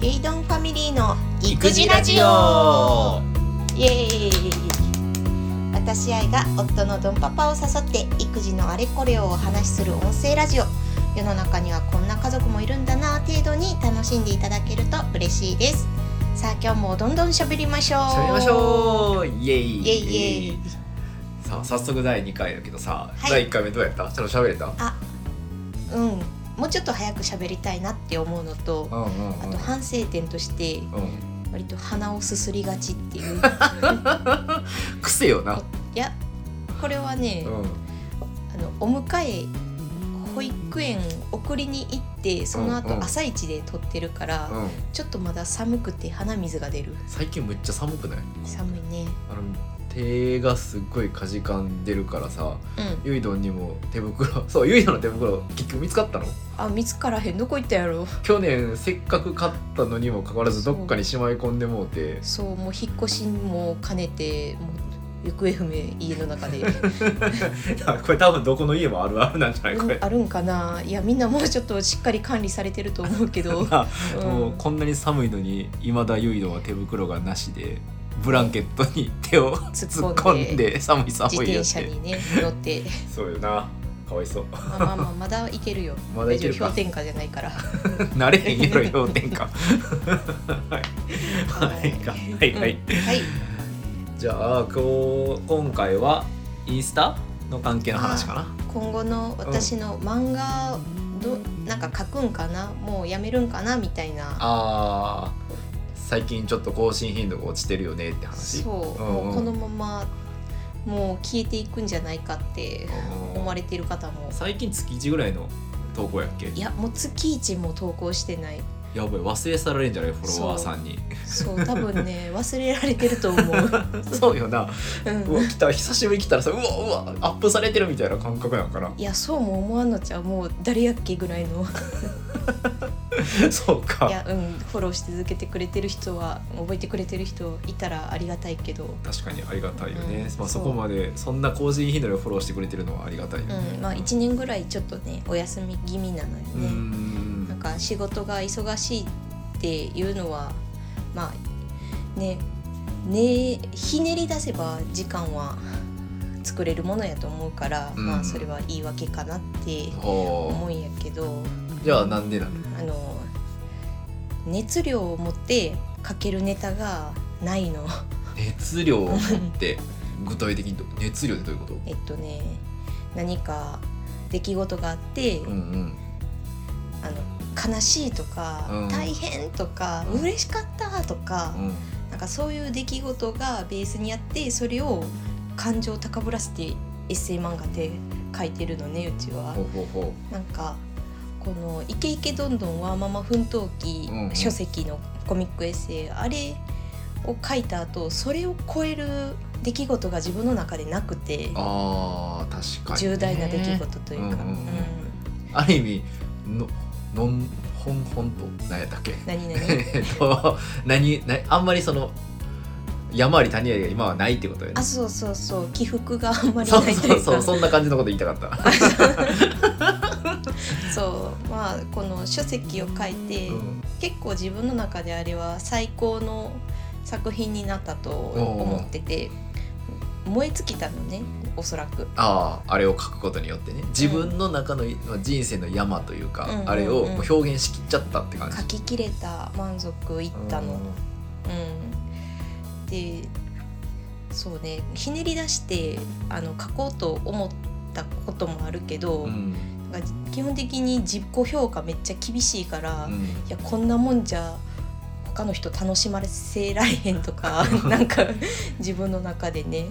リードンファミリーの育児ラジオイエーイ私愛が夫のドンパパを誘って育児のあれこれをお話しする音声ラジオ世の中にはこんな家族もいるんだな程度に楽しんでいただけると嬉しいですさあ今日もどんどん喋りましょう喋りましょうイエイイエイイエイさあ早速第2回だけどさ、はい第1回目どうやったちょっと喋れたううんもうちょっと早く喋りたいなって思うのとうんうんうんあと反省点としてうん割と鼻をすすりがちって いう癖よな、いやこれはね、うあのお迎え保育園送りに行ってそのうんう後ん朝一で撮ってるから、んうん、ちょっとまだ寒くて鼻水が出る最近めっちゃ寒くない寒いねあの手がすっごいかじかんでるからさうんゆいどんにも手袋 そうゆいどんの手袋結局見つかったのあ見つからへんどこ行ったやろ去年せっかく買ったのにもかかわらずどっかにしまい込んでもうて そうもう引っ越しも兼ねてもう行方不明家の 中で、これ多分どこの家もあるあるなんじゃないこうんれ、あるんかないやみんなもうちょっとしっかり管理されてると思うけ どなうんもうこんなに寒いのにいまだゆいどんは手袋がなしでブランケットに手を突突っっ込込んんでで寒い自寒い転よっ車てにね乗ってそうよなかわいそうまあまあまあ まだ行けるよまだ行ける大か丈夫氷点下じゃないから慣れへんやろ氷点下はいはいはいはいはいうんはいじゃあ今日今回はインスタの関係の話かな今後の私の漫画どなんか書くんかなもうやめるんかなみたいなあー最近ちょっと更新頻度が落ちてるよねって話そう、うんうんもうこのままもう消えていくんじゃないかってうん思われてる方も最近月1ぐらいの投稿やっけいやもう月一も投稿してないやばい忘れ去られんじゃないフォロワーさんにそう多分 ね忘れられてると思う、そうよなうんうわ来た久しぶりに来たらさうわうわアップされてるみたいな感覚なんかな いやそうも思わんのちゃうもう誰やっけぐらいのそういかやうんフォローし続けてくれてる人は覚えてくれてる人いたらありがたいけど確かにありがたいよね、うんまあ、そそうこまでそんな更新頻度でフォローしてくれてるのはありがたいよね、うんまあ1年ぐらいちょっとねお休み気味なのようね、んなんか仕事が忙しいっていうのはまあねねひねり出せば時間は作れるものやと思うから、うんまあそれは言い訳かなって思おーうんやけどじゃあなんでなのあの熱量を持って書けるネタがないの。 熱量を持って具体的にど熱量ってどういうことえっとね何か出来事があって、うんあの悲しいとか、うん大変とか、うん嬉しかったとかう、んうんなんかそういう出来事がベースにあってそれを感情を高ぶらせてエッセイ漫画で書いてるのねうちはほ。うほうほなんかこの「イケイケどんどんワーママ奮闘記うんう」ん書籍のコミックエッセイあれを書いた後それを超える出来事が自分の中でなくてうあー確かにね、重大な出来事というか、うんうんうんうんある意味ののんほんほんと何やったっけ何々 えっと何なあんまりその山あり谷ありが今はないってことよねあ。そうそうそう起伏があんまりそうないとそいううそかうそんな感じのこと言いたかった。そうまあこの書籍を書いて、うん結構自分の中であれは最高の作品になったと思ってて燃え尽きたのねおそらく。あああれを書くことによってね自分の中のまあ人生の山というか、うんうんうんあれをもう表現しきっちゃったって感じ書。き切れた満足いったの、うん、でそうねひねり出してあの書こうと思ったこともあるけど、うんうんなんか基本的に自己評価めっちゃ厳しいから、ういんやこんなもんじゃ他の人楽しませられへんと かなんか自分の中でね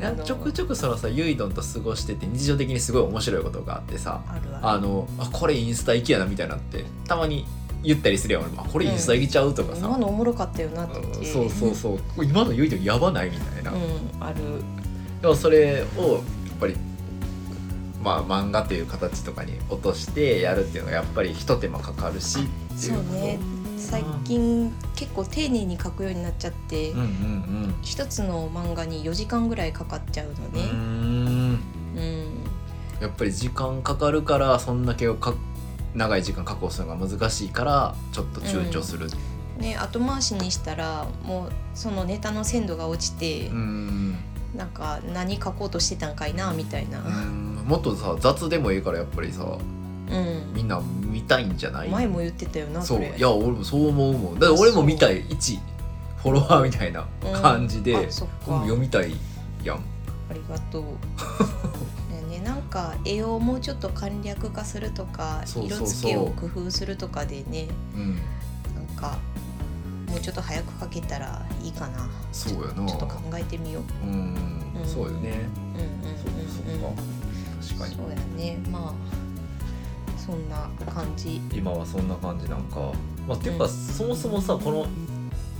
なんかちょくちょくそのさゆいどんと過ごしてて日常的にすごい面白いことがあってさあるああのあこれインスタ行きやなみたいなってたまに言ったりするやん俺もあこれインスタ行きちゃうとるかさ、今のおもろかったよなと思っうんてそうそうそうこれ今のゆいどんやばないみたいな、うんあるでもそれをやっぱりまあ漫画という形とかに落としてやるっていうのがやっぱりひと手間かかるしっていそううね最近結構丁寧に書くようになっちゃって、うんうん一つの漫画に4時間ぐらいかかっちゃうのうんうーね。んうんやっぱり時間かかるからそんだけをか長い時間確保するのが難しいからちょっと躊躇するっね、後回しにしたらもうそのネタの鮮度が落ちて、うんなんか何書こうとしてたんかいなみたいな、うんもっとさ雑でもいいからやっぱりさうんみんな見たいんじゃない前も言ってたよなそうれいや俺もそう思うもんだって俺も見たい1フォロワーみたいな感じで、うんあそっ俺もか読みたいやあんりがとう だよねなんか絵をもうちょっと簡略化するとかそうそうそ色付うけを工夫するとかでねうんなんかもうちょっと早く書けたらいいかなそうやなちょっと考えてみよううん、うんそうよねうんうんそううんうんそうか確かにそうやねまあそんな感じ今はそんな感じなんかまあていうか、そもそもさこの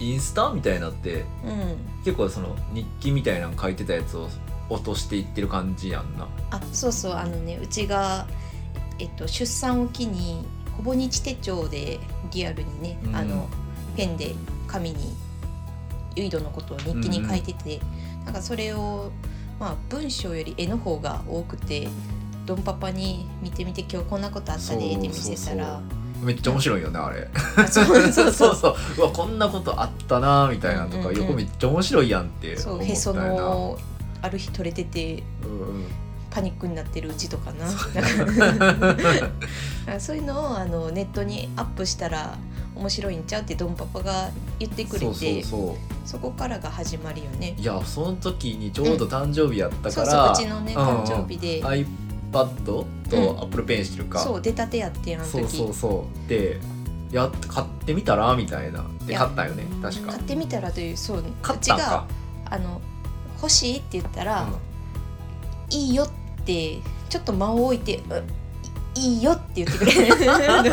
インスタみたいなってうん結構その日記みたいなの書いてたやつを落としていってる感じやんなあそうそうあのねうちが、えっと、出産を機にほぼ日手帳でリアルにね、うんあのペンで紙にユイドのことを日記に書いてて、なんかそれを、まあ、文章より絵の方が多くてドンパパに見てみて今日こんなことあったでって見せた らめっちゃ面白いよねあれあそうそうそうそうそううわこんなことあったなみたいなうとんうんかうん横めっちゃ面白いやんってそ思うったへそよなのある日取れてて うんパニックになってるうちとかな。うあそういうのをあのネットにアップしたら面白いんちゃうってドンパパが言ってくれてんそうそそうそこからが始まるよねういやその時にちょうど誕生日やったそかうそうらうちのねん誕生日で、 iPad とうん Apple Pencil か、そう出たてやってんあの時そうそうそうでやっ買ってみたらみたいないでや買ったよね確か買ってみたらというそう買っうちたんかがあの欲しいって言ったら、うんいいよってちょっと間を置いてういいいよって言ってく れる あれ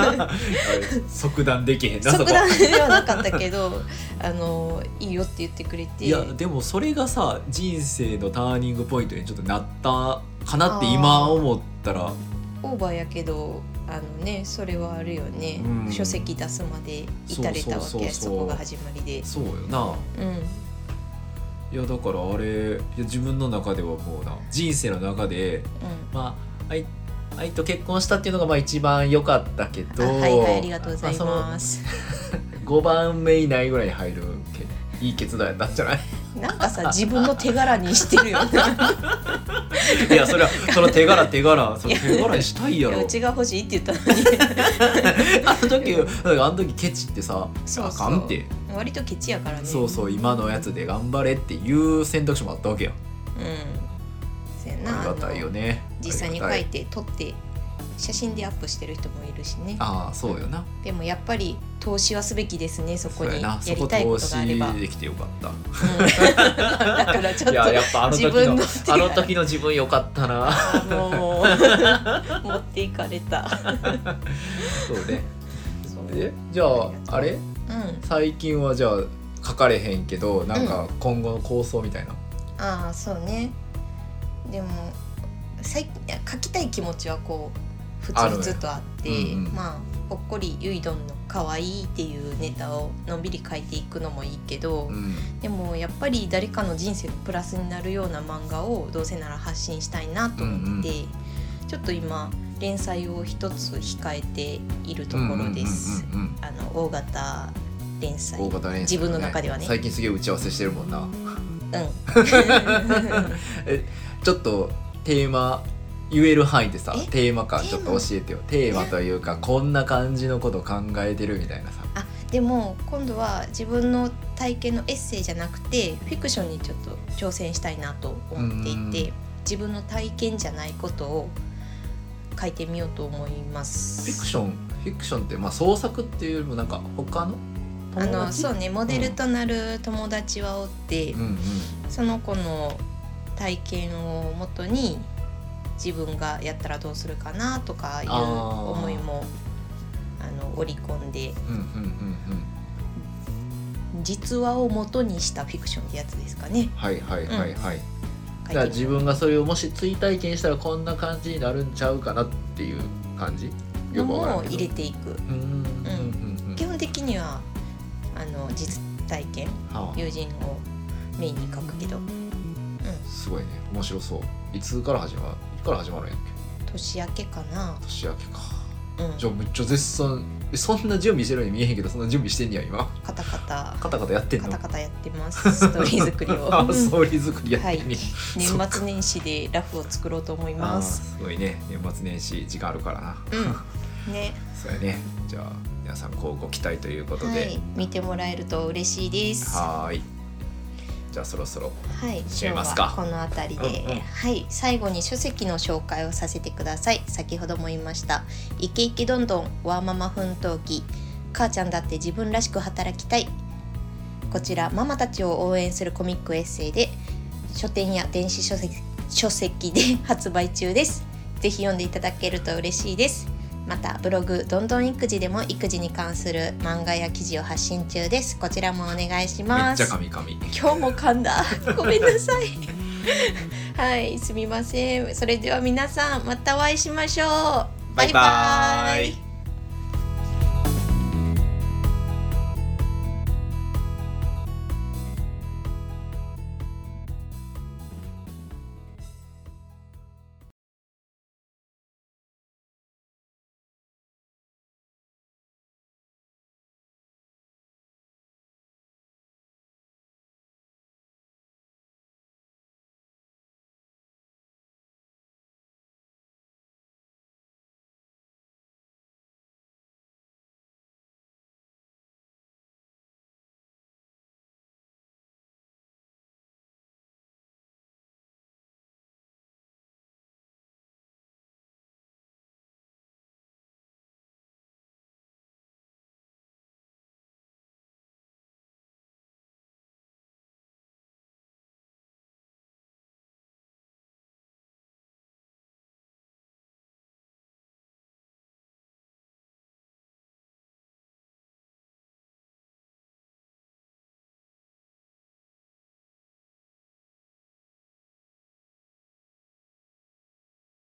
即断できへんな即そこ断ではなかったけどあのいいよって言ってくれていやでもそれがさ人生のターニングポイントにちょっとなったかなって今思ったらオーバーやけどあのねそれはあるよね、うん書籍出すまで至れたわそうそうそけうそやうそこが始まりで、そうよなうん、いやだからあれいや自分の中ではもうな人生の中でまあ愛愛と結婚したっていうのがまあ一番良かったけどうん、あはいはいありがとうございままあす、その5番目以内ぐらいに入るけいい決断やったんじゃないなんかさ自分の手柄にしてるよねいやそれはその手柄手柄それ手柄にしたいやいろやうちが欲しいって言ったのに あの時あの時ケチってさそうそうあかんって割とケチやからねそうそう今のやつで頑張れっていう選択肢もあったわけようんせやあなりがたいよねあの実際にあ書りいがたて撮って写真でアップしてる人もいるしねああそうよなでもやっぱり投資はすべきですねそこそうやにやなそこりたい投ことがあれ資ば、うん、できてよかった だからちょっといややっぱあの時自分のの手があの時の自分よかったなも う持っていかれた。そうねそうえじゃああれうん、最近はじゃあ書かれへんけどなんか今後の構想みたいな、ああそうね。でも最近いや書きたい気持ちはこうふつふつとあってあるねうんうんまあほっこりゆいどんの可愛いっていうネタをのんびり書いていくのもいいけど、うんでもやっぱり誰かの人生のプラスになるような漫画をどうせなら発信したいなと思って、ちょっと今連載を一つ控えているところです。うんうんうんあの大型連うん載大型連載だね自分の中ではね最近すげえ打ち合わせしてるもんうな ん、ちょっとテーマ言える範囲でさえテーマ感ちょっと教えてよテーマというかこんな感じのこと考えてるみたいなさでも今度は自分の体験のエッセイじゃなくてフィクションにちょっと挑戦したいなと思っていて自分の体験じゃないことを書いてみようと思いまフす。ィクションフィクションってまあ創作っていうよりもなんか他のあの達そうねモデルとなる友達はおって、うんうんその子の体験をもとに自分がやったらどうするかなとかいうあー思いもあの織り込んでうんうんうんうん実話を元にしたフィクションってやつですかね。はいはいはいは書いい、てみじゃある自分がそれをもし追体験したらこんな感じになるんちゃうかなっていう感じのよくわからもんけ入どれていく。うんうんうんうん基本的にはあの実体験は友人をメインに書くけどあすごいね面白そういつから始まるいつから始まるんやっけ年明けかな年明けかうんじゃあめっちゃ絶賛えそんな準備してるように見えへんけどそんな準備してんねや今カタカタカタカタやってんカのタカタやって ますストーリー作りをあストーリー作りやってんね、年末年始でラフを作ろうと思いあまーすすごいね年末年始時間あるからなうんね そうやねじゃあ皆さんこうご期待ということはでい見てもらえると嬉しいですははーいじゃあそろそろい締め今ま日すかはこの辺りで、うんうんはい最後に書籍の紹介をさせてください先ほども言いました「イケイケどんどんワーママ奮闘記母ちゃんだって自分らしく働きたい」こちらママたちを応援するコミックエッセイで書店や電子書籍書籍で 発売中です。ぜひ読んでいただけると嬉しいです。またブログどんどん育児でも育児に関する漫画や記事を発信中です。こちらもお願いしめまっちゃす。神々今日も噛んだ。 ごめんなさい。 はい、すみません。それでは皆さんまたお会いしましょう。バイバーイ